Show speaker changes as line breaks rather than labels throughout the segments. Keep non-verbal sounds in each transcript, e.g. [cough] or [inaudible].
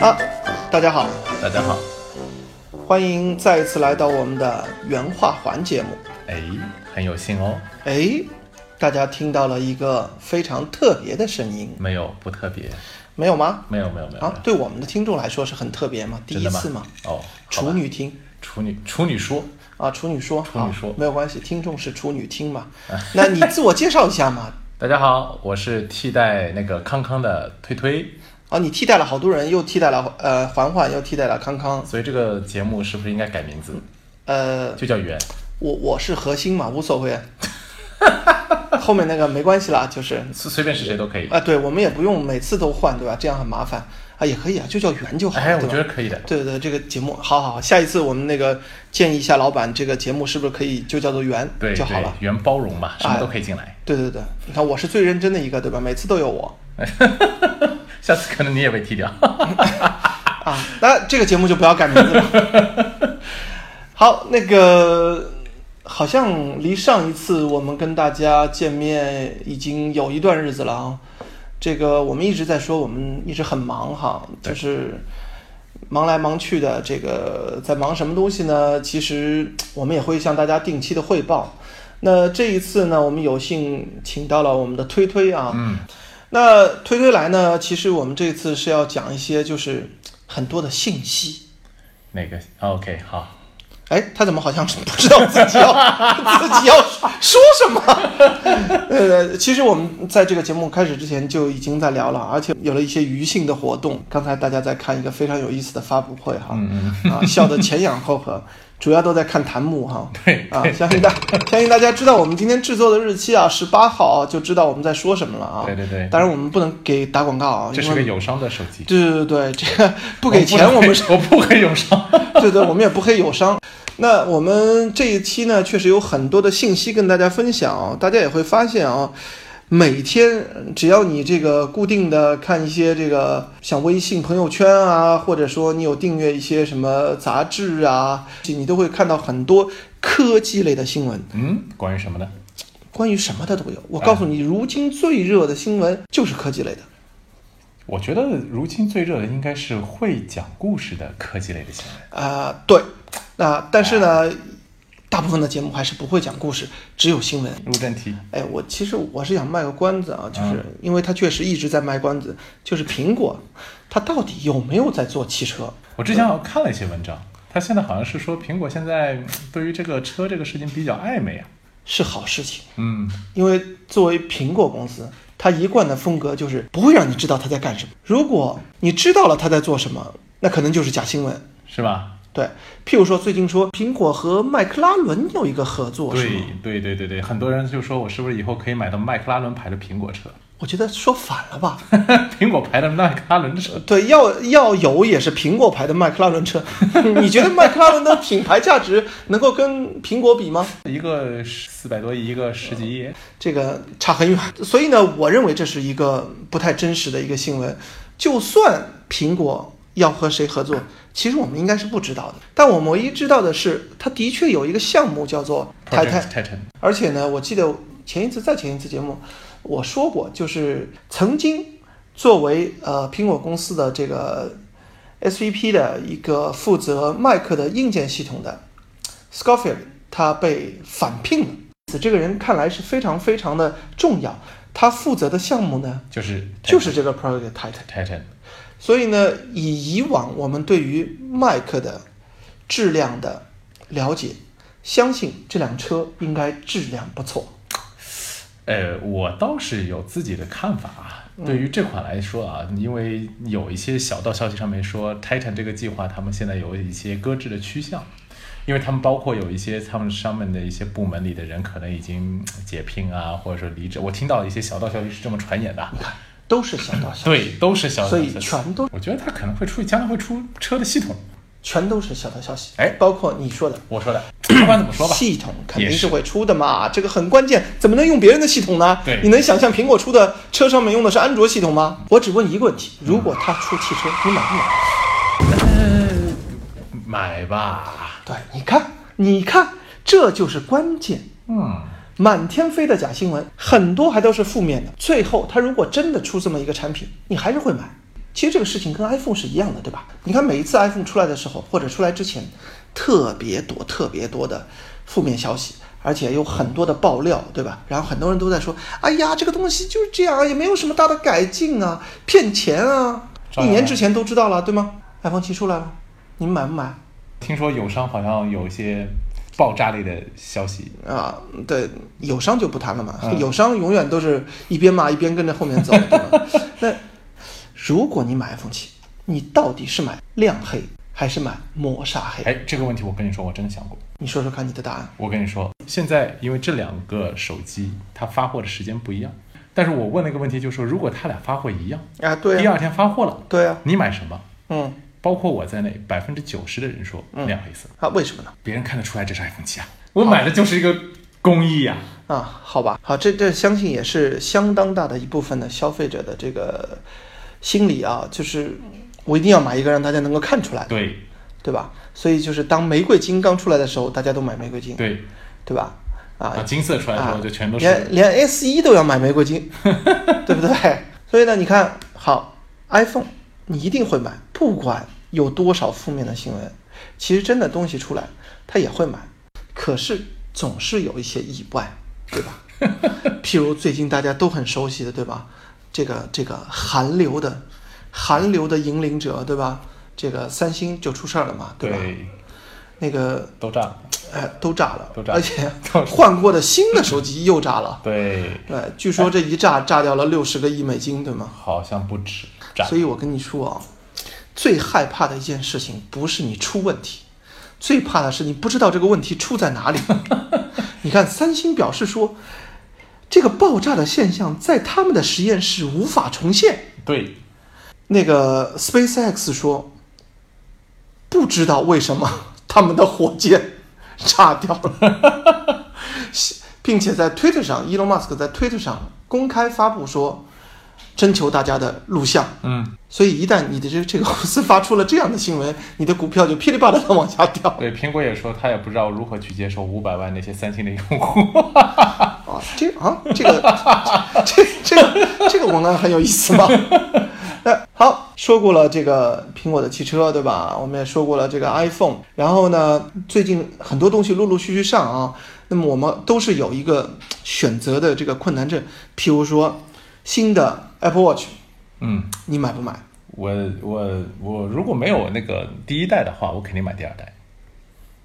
啊，大家好，
大家好，
欢迎再一次来到我们的原画环节目。
哎，很有幸哦。
哎，大家听到了一个非常特别的声音，
没有，不特别，
没有吗？
没有，没有，没有。
啊，对我们的听众来说是很特别吗？第
真
一
的
次
吗
吗？？
哦，好吧
处女听
处女处女说，
啊，处女说，
处女说
啊没有关系，听众是处女听
[laughs]
嘛。那你自我介绍一下嘛？
大家好，我是替代那个康康的推推，
啊，你替代了好多人，又替代了呃环环，又替代了康康，
所以这个节目是不是应该改名字，
呃，
就叫圆？
我我是核心嘛，无所
[laughs]
谓。后面那个没关系啦，就是
随随便是谁都可以。
啊，对，我们也不用每次都换，对吧？这样很麻烦啊，也可以啊，就叫圆就好了，
哎，我
对
觉
吧？
得可以的。
对对，这个节目好好，好下一次我们那个建议一下老板，这个节目是不是可以就叫做圆
对
就好
对
了？，哎
圆包容嘛，什么都可以进来。
对对对，你看我是最认真的一个，对吧？每次都有我
下次可能你也被踢掉。 [laughs]
啊，那这个节目就不要改名字了。好，那个好像离上一次我们跟大家见面已经有一段日子了啊。这个我们一直在说，我们一直很忙哈，就是忙来忙去的。这个在忙什么东西呢？其实我们也会向大家定期的汇报。那这一次呢，我们有幸请到了我们的推推啊，
嗯，
那推推来呢，其实我们这次是要讲一些就是很多的信息。
那个？OK，好，
哎，他怎么好像 [laughs] 是不知道自己
[laughs]
要自己要说什么？ [laughs] 呃，其实我们在这个节目开始之前就已经在聊了，而且有了一些余兴的活动。刚才大家在看一个非常有意思的发布会哈，
嗯
啊，笑得前仰后合，主要都在看弹幕哈。
[laughs] 对
啊，相信大相信大家知道我们今天制作的日期啊，十八号啊就知道我们在说什么了啊。
对对对
当然我们不能给打广告啊，
这
因
是个
为
友商的手机，
对对对对，这个不给钱我们是。
我不会友商。
[laughs] 对对，我们也不黑友商。那我们这一期呢，确实有很多的信息跟大家分享啊、大家也会发现啊、每天只要你这个固定的看一些这个像微信朋友圈啊，或者说你有订阅一些什么杂志啊，你都会看到很多科技类的新闻，
嗯，关于什么呢？
关于什么的都有。我告诉你，如今最热的新闻就是科技类的。
我觉得如今最热的应该是会讲故事的科技类的新闻。
啊、对，那、但是呢，大部分的节目还是不会讲故事，只有新闻。
入正题，
哎，我其实我是想卖个关子啊，就是因为它确实一直在卖关子，就是苹果，它到底有没有在做汽车？
我之前好像看了一些文章，他现在好像是说苹果现在嗯对于这个车这个事情比较暧昧啊。
是好事情，
嗯，
因为作为苹果公司，它一贯的风格就是不会让你知道它在干什么。如果你知道了它在做什么，那可能就是假新闻。
是吧？
对，譬如说最近说苹果和麦克拉伦有一个合作，是
对
吗？
对对对对，很多人就说我是不是以后可以买到麦克拉伦牌的苹果车？ [laughs]
我觉得说反了吧。
苹果牌的麦克拉伦车，
对，要要有也是苹果牌的麦克拉伦车。你觉得麦克拉伦的品牌价值能够跟苹果比吗？
一个四百多亿，一个十几亿。
这个差很远。所以呢，我认为这是一个不太真实的一个新闻。就算苹果要和谁合作，其实我们应该是不知道的。但我们唯一知道的是，它的确有一个项目叫做台
Project
泰，
Titan，
而且呢，我记得前一次在前一次节目我说过，就是曾经作为呃苹果公司的这个 SVP 的一个负责麦克的硬件系统的 Scofield，他被返聘了。此这个人看来是非常非常的重要，他负责的项目呢
就是
就是这个 Project Titan。
Titan，
所以呢，以以往我们对于麦克的质量的了解，相信这辆车应该质量不错。
呃，我倒是有自己的看法啊。
嗯
对于这款来说啊，因为有一些小道消息上面说，Titan 这个计划他们现在有一些搁置的趋向，因为他们包括有一些他们上面的一些部门里的人可能已经嗯解聘啊，或者说离职。我听到一些小道消息是这么传言的啊，
都是小道消息，
对，都是小道消
所
息。
以全都
我觉得他可能会出，将来会出车的系统。
全都是小道消息，
哎
包括你说的。
我说的，不管怎么说吧，
系统肯定
也
是
是
会出的嘛，这个很关键，怎么能用别人的系统呢？
对
你能想象苹果出的车上面用的是安卓系统吗？我只问一个问题：
嗯
如果它出汽车，你买不买？
呃，买吧，
对，你看，你看，这就是关键。
嗯，
满天飞的假新闻，很多还都是负面的。最后，它如果真的出这么一个产品，你还是会买。其实这个事情跟 iPhone 是一样的，对吧？你看每一次 iPhone 出来的时候，或者出来之前，特别多、特别多的负面消息，而且有很多的爆料，对吧？然后很多人都在说：“哎呀，这个东西就是这样啊，也没有什么大的改进啊，骗钱啊。”
照
一
样
年
买
之前都知道了，对吗？iPhone 七出来了，你们买不买？
听说友商好像有一些爆炸类的消息，
啊，对，友商就不谈了嘛，
嗯
友商永远都是一边骂一边跟着后面走，对吧？ [laughs] 那如果你买 iPhone 七，你到底是买亮黑还是买磨砂黑？
哎，这个问题我跟你说，我真的想过。
你说说看你的答案。
我跟你说，现在因为这两个手机它发货的时间不一样，但是我问了一个问题，就是说如果它俩发货一样，
啊，对
第
呀、
二天发货了，
对呀、啊
你买什么？
嗯，
包括我在内，百分之九十的人说亮黑色，
啊，为什么呢？
别人看得出来这是 iPhone 七啊，我买的就是一个工艺呀、
啊，好吧，好，这这相信也是相当大的一部分的消费者的这个心理啊，就是我一定要买一个让大家能够看出来，
对
对吧？所以就是当玫瑰金刚出来的时候，大家都买玫瑰金，
对，
对吧？啊
啊，，金色出来之
啊，
后就全都是，
连连 S 一都要买玫瑰
[laughs]
金，对不对？所以呢，你看好 iPhone，你一定会买，不管有多少负面的新闻，其实真的东西出来，他也会买。可是总是有一些意外，对
[laughs]
吧？譬如最近大家都很熟悉的，对吧？这个这个韩流的韩流的引领者，对吧？这个三星就出事儿了嘛，对吧？
对，
那个
都炸了，
哎都炸了，
都炸了
而且
[laughs] 都
换过的新的手机又炸了。
对，
呃，据说这一炸炸掉了六十个亿美金，对吗？
好像不止炸，
所以我跟你说啊，最害怕的一件事情不是你出问题，最怕的是你不知道这个问题出在哪里。你看，三星表示说，这个爆炸的现象在他们的实验室无法重现。
对，
那个 SpaceX 说，不知道为什么 [laughs] 他们的火箭 [laughs] 炸掉了，并且在推特上，Elon Musk 在推特上公开发布说，征求大家的录像。
嗯，
所以一旦你的这这个公司发出了这样的新闻，你的股票就噼里啪啦的往下掉
对，苹果也说他也不知道如何去接受五百万那些三星的用户，
啊！这啊，这个这这个这个文案很有意思吗？ [laughs] 那好，说过了这个苹果的汽车，对吧？我们也说过了这个 iPhone，然后呢，最近很多东西陆陆续续上啊，那么我们都是有一个选择的这个困难症，譬如说新的 Apple Watch，
嗯，
你买不买？
我我我如果没有那个第一代的话，我肯定买第二代，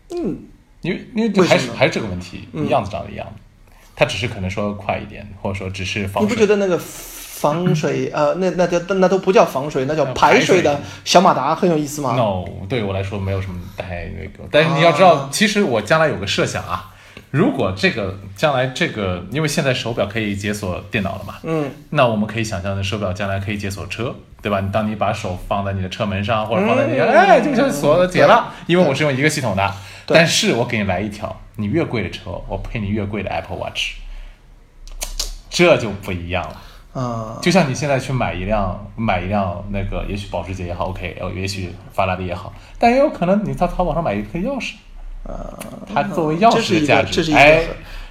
嗯，
因为因为这还
为什
是
么嗯
还是这个问题，样子长得一样的，它只是可能说快一点，或者说只是
你
防
不觉
水。
得那个防水呃，那那叫那都不叫防水，那叫
呃
排
排
水
水
的小马达很有意思吗？
no，对我来说没有什么太那个，但是你要知道，
啊
其实我将来有个设想啊，如果这个将来这个，因为现在手表可以解锁电脑了嘛，
嗯，
那我们可以想象的手表将来可以解锁车，对吧？你当你把手放在你的车门上，或者放在你的，
嗯
哎，这个就锁解了，因为
对
我是用一个系统的。
对
但是我给你来一条，你越贵的车，我配你越贵的 Apple Watch，这就不一样了。
啊、
就像你现在去买一辆买一辆那个，也许保时捷也好，OK，哦，也许法拉利也好，但也有可能你在淘宝上买一颗钥匙，它作为钥
呃这是
匙
一个
的价值，
这是一个
哎，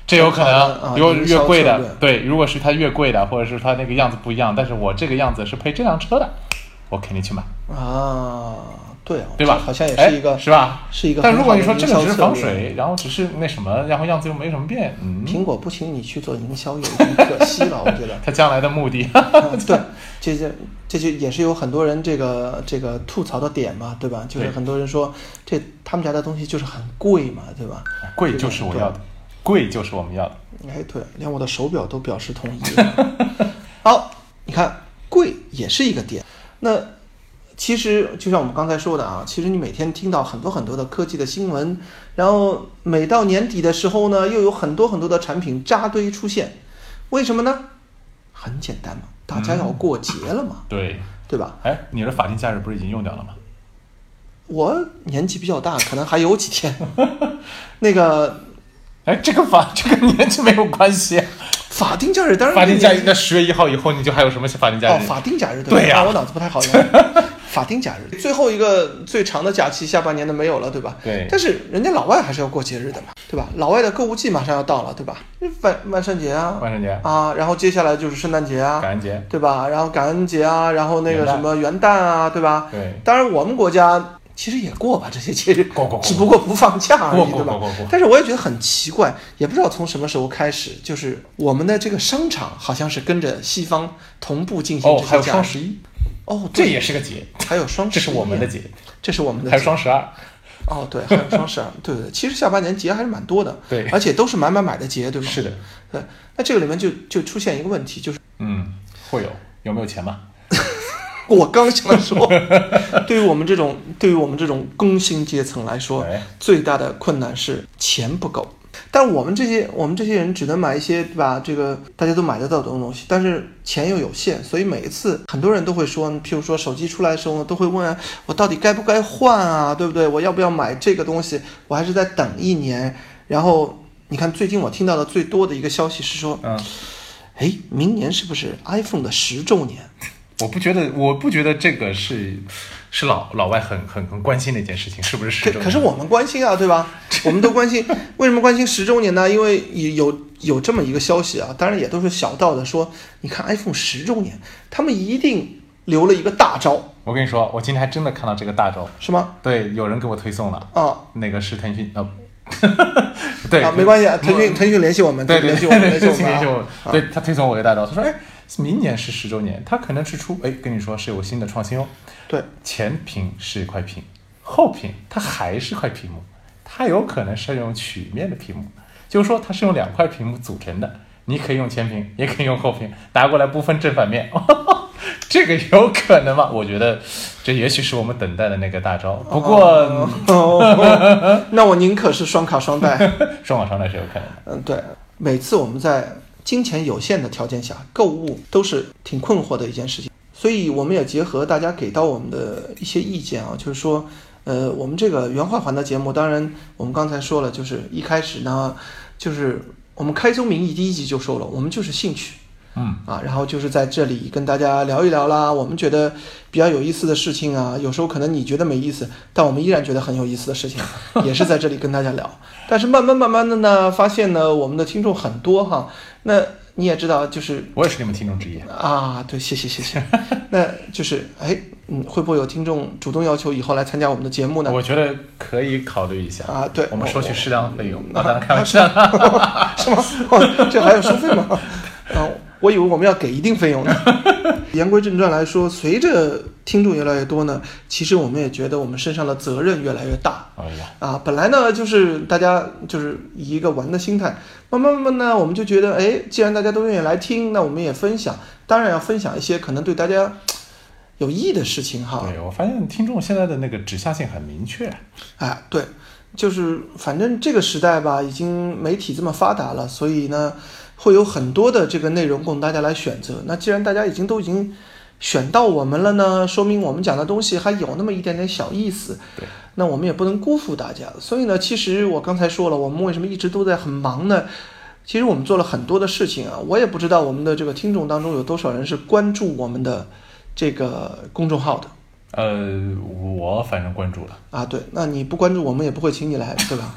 这有可
啊
能，如果
营
越
销
贵
策略
的，对，如果是它越贵的，或者是它那个样子不一样，但是我这个样子是配这辆车的，我肯定去买，
啊，对哦，
对吧？
这好像也
哎
是一个、
是吧？
是一个
但
很
如果
好
你
的
说
营
这个
销
只是
策
防
略
水，然后只是那什么，然后样子又没什么变，嗯，
苹果不请你去做营销有点可惜了，我觉得。
它将来的目的，
啊 [laughs] 对，这就这就也是有很多人这个这个吐槽的点嘛，对吧？就是
对
很多人说这他们家的东西就是很贵嘛，对吧？
[laughs] 贵就是我要的，贵就是我们要的，
哎，对，连我的手表都表示同意了。好，你看，贵也是一个点。那其实就像我们刚才说的啊，其实你每天听到很多很多的科技的新闻，然后每到年底的时候呢，又有很多很多的产品扎堆出现，为什么呢？很简单嘛，大家要过节了嘛，
对。
对吧？
哎，你的法定假日不是已经用掉了吗？
我年纪比较大，可能还有几天。 [laughs] 那个
哎，这个法 [laughs] 这个年纪没有关系，啊
法定假日当然
[laughs] 法定假日
跟
那十月一号以后你就还有什么法定假
哦，
日？
法定假日吧？
对呀
啊我脑子不太好
[laughs]
用。法定假日最后一个最长的假期，下半年的没有了，对吧？
对
但是人家老外还是要过节日的嘛，对吧？老外的购物季马上要到了，对吧？万万圣节啊，
万圣节、
啊，然后接下来就是圣诞节啊，
感恩节，
对吧？然后感恩节啊，然后那个
元旦
什么元旦啊，对吧？
对，
当然，我们国家其实也过吧这些节日，
过过过
只不过不放假而
过
已，
过
对
过
吧？
过过，
但是我也觉得很奇怪，也不知道从什么时候开始，就是我们的这个商场好像是跟着西方同步进行
哦，
这
还
些
有
假
双
日。
十一，
哦，
这
对，
也是个节，
还有双十
这
一，
是我们的，节，
这是我们的
还有
节
双十二，
哦，对，还有双十二， [laughs] 对对对，其实下半年节还是蛮多的，
对，
而且都是买买买的节，对吧？
是的，
对，那这个里面就就出现一个问题，就是
嗯，会有有没有钱嘛？
[laughs] 我刚想说，对于我们这种对于我们这种工薪阶层来说，
哎
最大的困难是钱不够。但我们这些我们这些人只能买一些对吧？这个大家都买得到的东西，但是钱又有限，所以每一次很多人都会说，譬如说手机出来的时候，都会问啊我到底该不该换啊，对不对？我要不要买这个东西？我还是再等一年。然后你看，最近我听到的最多的一个消息是说，
嗯，
哎，明年是不是 iPhone 的十周年？
我不觉得，我不觉得这个是是老老外很很很关心的一件事情，是不是
可
十周年？
可是我们关心啊，对
[laughs]
吧？我们都关心，为什么关心十周年呢？因为有有有这么一个消息啊，当然也都是小道的说，你看 iPhone 十周年，他们一定留了一个大招，
我跟你说，我今天还真的看到这个大招，
是吗？
对，有人给我推送了，
啊
那个是腾讯呃， [laughs] 对
啊，没关系，啊，腾讯腾讯联系
[laughs]
我们，
对对
联系
对
我们，联系
对，
我们、
联系
啊。
我，对他推送我一个大招，他说哎，明年是十周年，他可能是出哎，跟你说是有新的创新哦，
对，
前屏是一块屏，后屏它还是块屏幕，它有可能是用曲面的屏幕，就是说它是用两块屏幕组成的，你可以用前屏，也可以用后屏，拿过来不分正反面。 [laughs] 这个有可能吗？我觉得这也许是我们等待的那个大招。不过、 [laughs]
哦，那我宁可是双卡双待。
双网上来是有可能的。
嗯，对，每次我们在金钱有限的条件下购物，都是挺困惑的一件事情。所以我们也结合大家给到我们的一些意见啊，就是说，呃，我们这个原话环的节目，当然我们刚才说了，就是一开始呢，就是我们开宗明义第一集就说了，我们就是兴趣。
嗯，
啊，然后就是在这里跟大家聊一聊啦，我们觉得比较有意思的事情啊，有时候可能你觉得没意思，但我们依然觉得很有意思的事
[laughs]
情，也是在这里跟大家聊。但是慢慢慢慢的呢，发现呢，我们的听众很多哈，那你也知道，就是
我也是你们听众之一。
啊，对，谢谢谢谢，那就是哎，嗯，会不会有听众主动要求以后来参加我们的节目呢？
我觉得可以考虑一下
啊对
我们收取适当的费用。啊，当然开
啊
玩
是
笑。
吗？啊是吗？哦，这还要收费吗？
[laughs]
啊，我以为我们要给一定费用呢。言归正传来说，随着听众越来越多呢，其实我们也觉得我们身上的责任越来越大。
哎呀，
啊，本来呢就是大家就是以一个玩的心态，慢慢慢慢呢，我们就觉得，哎，既然大家都愿意来听，那我们也分享，当然要分享一些可能对大家有益的事情哈。
对我发现听众现在的那个指向性很明确。
哎，对，就是反正这个时代吧，已经媒体这么发达了，所以呢，会有很多的这个内容供大家来选择。那既然大家已经都已经选到我们了呢，说明我们讲的东西还有那么一点点小意思。
对，
那我们也不能辜负大家。所以呢，其实我刚才说了，我们为什么一直都在很忙呢？其实我们做了很多的事情啊，我也不知道我们的这个听众当中有多少人是关注我们的这个公众号的。
呃，我反正关注了。
啊，对，那你不关注我们也不会请你来，对吧？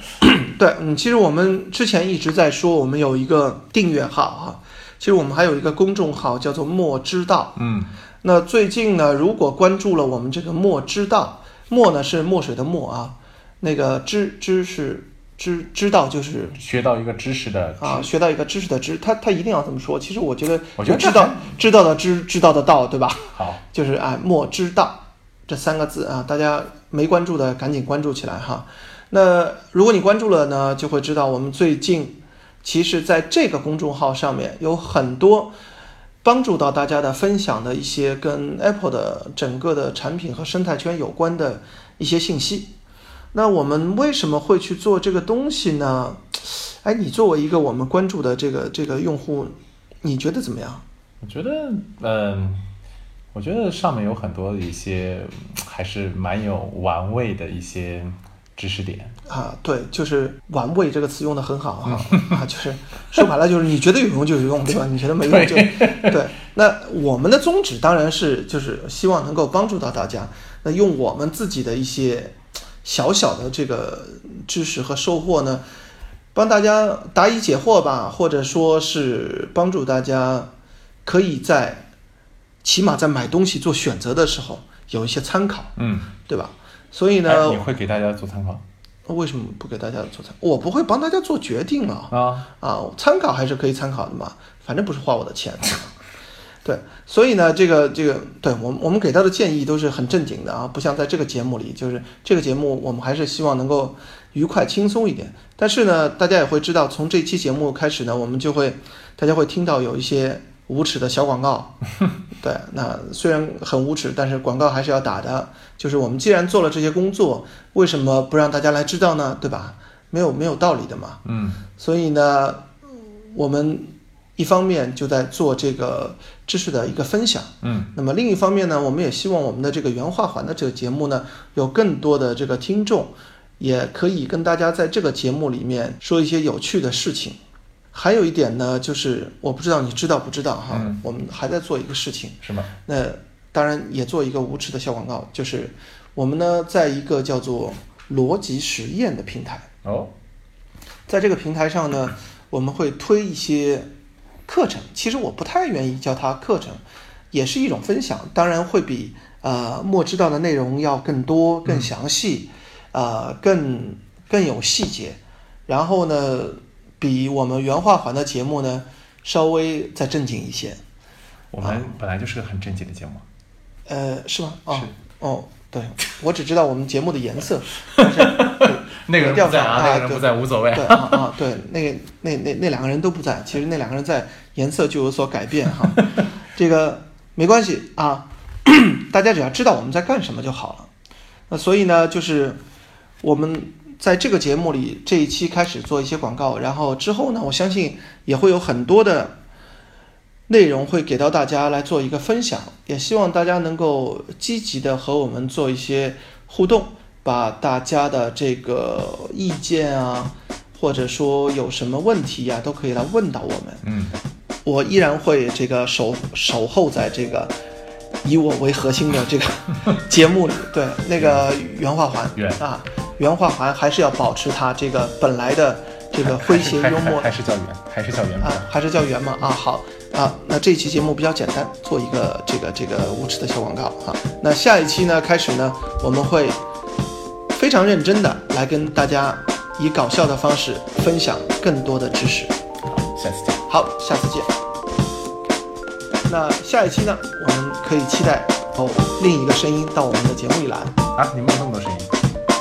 [coughs] 对，嗯，其实我们之前一直在说，我们有一个订阅号哈、其实我们还有一个公众号叫做“莫知道
嗯，”。
那最近呢，如果关注了我们这个“莫知道”，墨呢是墨水的墨啊，那个知知是知知道就是
学到一个知识的呃知，
啊，学到一个知识的知，他他一定要这么说。其实我觉得，
我觉得
知道知道的知，知道的道，对吧？
好，
就是啊，莫知道这三个字啊，大家没关注的赶紧关注起来哈。那如果你关注了呢，就会知道我们最近其实在这个公众号上面有很多帮助到大家的分享的一些跟 Apple 的整个的产品和生态圈有关的一些信息。那我们为什么会去做这个东西呢？哎，你作为一个我们关注的这个这个用户，你觉得怎么样？
我觉得，嗯、我觉得上面有很多一些嗯还是蛮有玩味的一些知识点。
啊，对，就是“玩味”这个词用的很好啊，啊，就是说白了就是你觉得有用就有用，对吧？你觉得没用就对。那我们的宗旨当然是就是希望能够帮助到大家，那用我们自己的一些小小的这个知识和收获呢，帮大家答疑解惑吧，或者说是帮助大家可以在起码在买东西做选择的时候有一些参考，
嗯，
对吧？所以
哎
呢，
你会给大家做参考
为什么不给大家做参？我不会帮大家做决定啊
啊？
啊，参考还是可以参考的嘛，反正不是花我的钱。 [laughs] 对，所以呢，这个这个，对我们我们给到的建议都是很正经的啊，不像在这个节目里，就是这个节目我们还是希望能够愉快轻松一点。但是呢，大家也会知道，从这期节目开始呢，我们就会大家会听到有一些无耻的小广告。对，那虽然很无耻，但是广告还是要打的。就是我们既然做了这些工作，为什么不让大家来知道呢？对吧？没有没有道理的嘛。
嗯
所以呢，我们一方面就在做这个知识的一个分享，
嗯
那么另一方面呢，我们也希望我们的这个原画环的这个节目呢，有更多的这个听众，也可以跟大家在这个节目里面说一些有趣的事情。还有一点呢，就是我不知道你知道不知道哈，
嗯
我们还在做一个事情，
是吗？
那当然也做一个无耻的小广告，就是我们呢在一个叫做逻辑实验的平台。
哦，
在这个平台上呢，我们会推一些课程。其实我不太愿意叫它课程，也是一种分享，当然会比呃莫知道的内容要更多、更详细，呃，更更有细节。然后呢，比我们原画环的节目呢稍微再正经一些。
我
啊
们本来就是个很正经的节目。
呃，是吗？哦
是
哦，对，我只知道我们节目的颜色。
那个人
调
不
查
在啊，那个人不在，无所谓。
对啊啊，对，那个那那那两个人都不在，其实那两个人在颜色就有所改变哈，这个没关系啊， [clears throat] 大家只要知道我们在干什么就好了。那所以呢，就是我们在这个节目里这一期开始做一些广告，然后之后呢，我相信也会有很多的内容会给到大家来做一个分享，也希望大家能够积极的和我们做一些互动，把大家的这个意见啊，或者说有什么问题呀、都可以来问到我们。
嗯，
我依然会这个守守候在这个以我为核心的这个节目里，对那个原画环
原
啊，原画环还是要保持它这个本来的这个诙谐
还
幽默
还还是叫圆，还是叫圆
啊，还是叫圆嘛啊，好啊，那这一期节目比较简单，做一个这个这个无耻的小广告啊。那下一期呢开始呢，我们会非常认真的来跟大家以搞笑的方式分享更多的知识。
好，下次见。
好，下次见。那下一期呢，我们可以期待哦另一个声音到我们的节目里来。
啊，你们有那么多声音？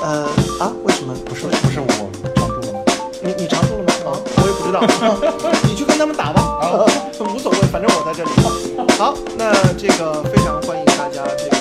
呃啊，为什么
不是不是我装住了吗？
你你常住了吗？啊，我也不知道，你去跟他们打吧，无所谓，反正我在这里。好，那这个非常欢迎大家这个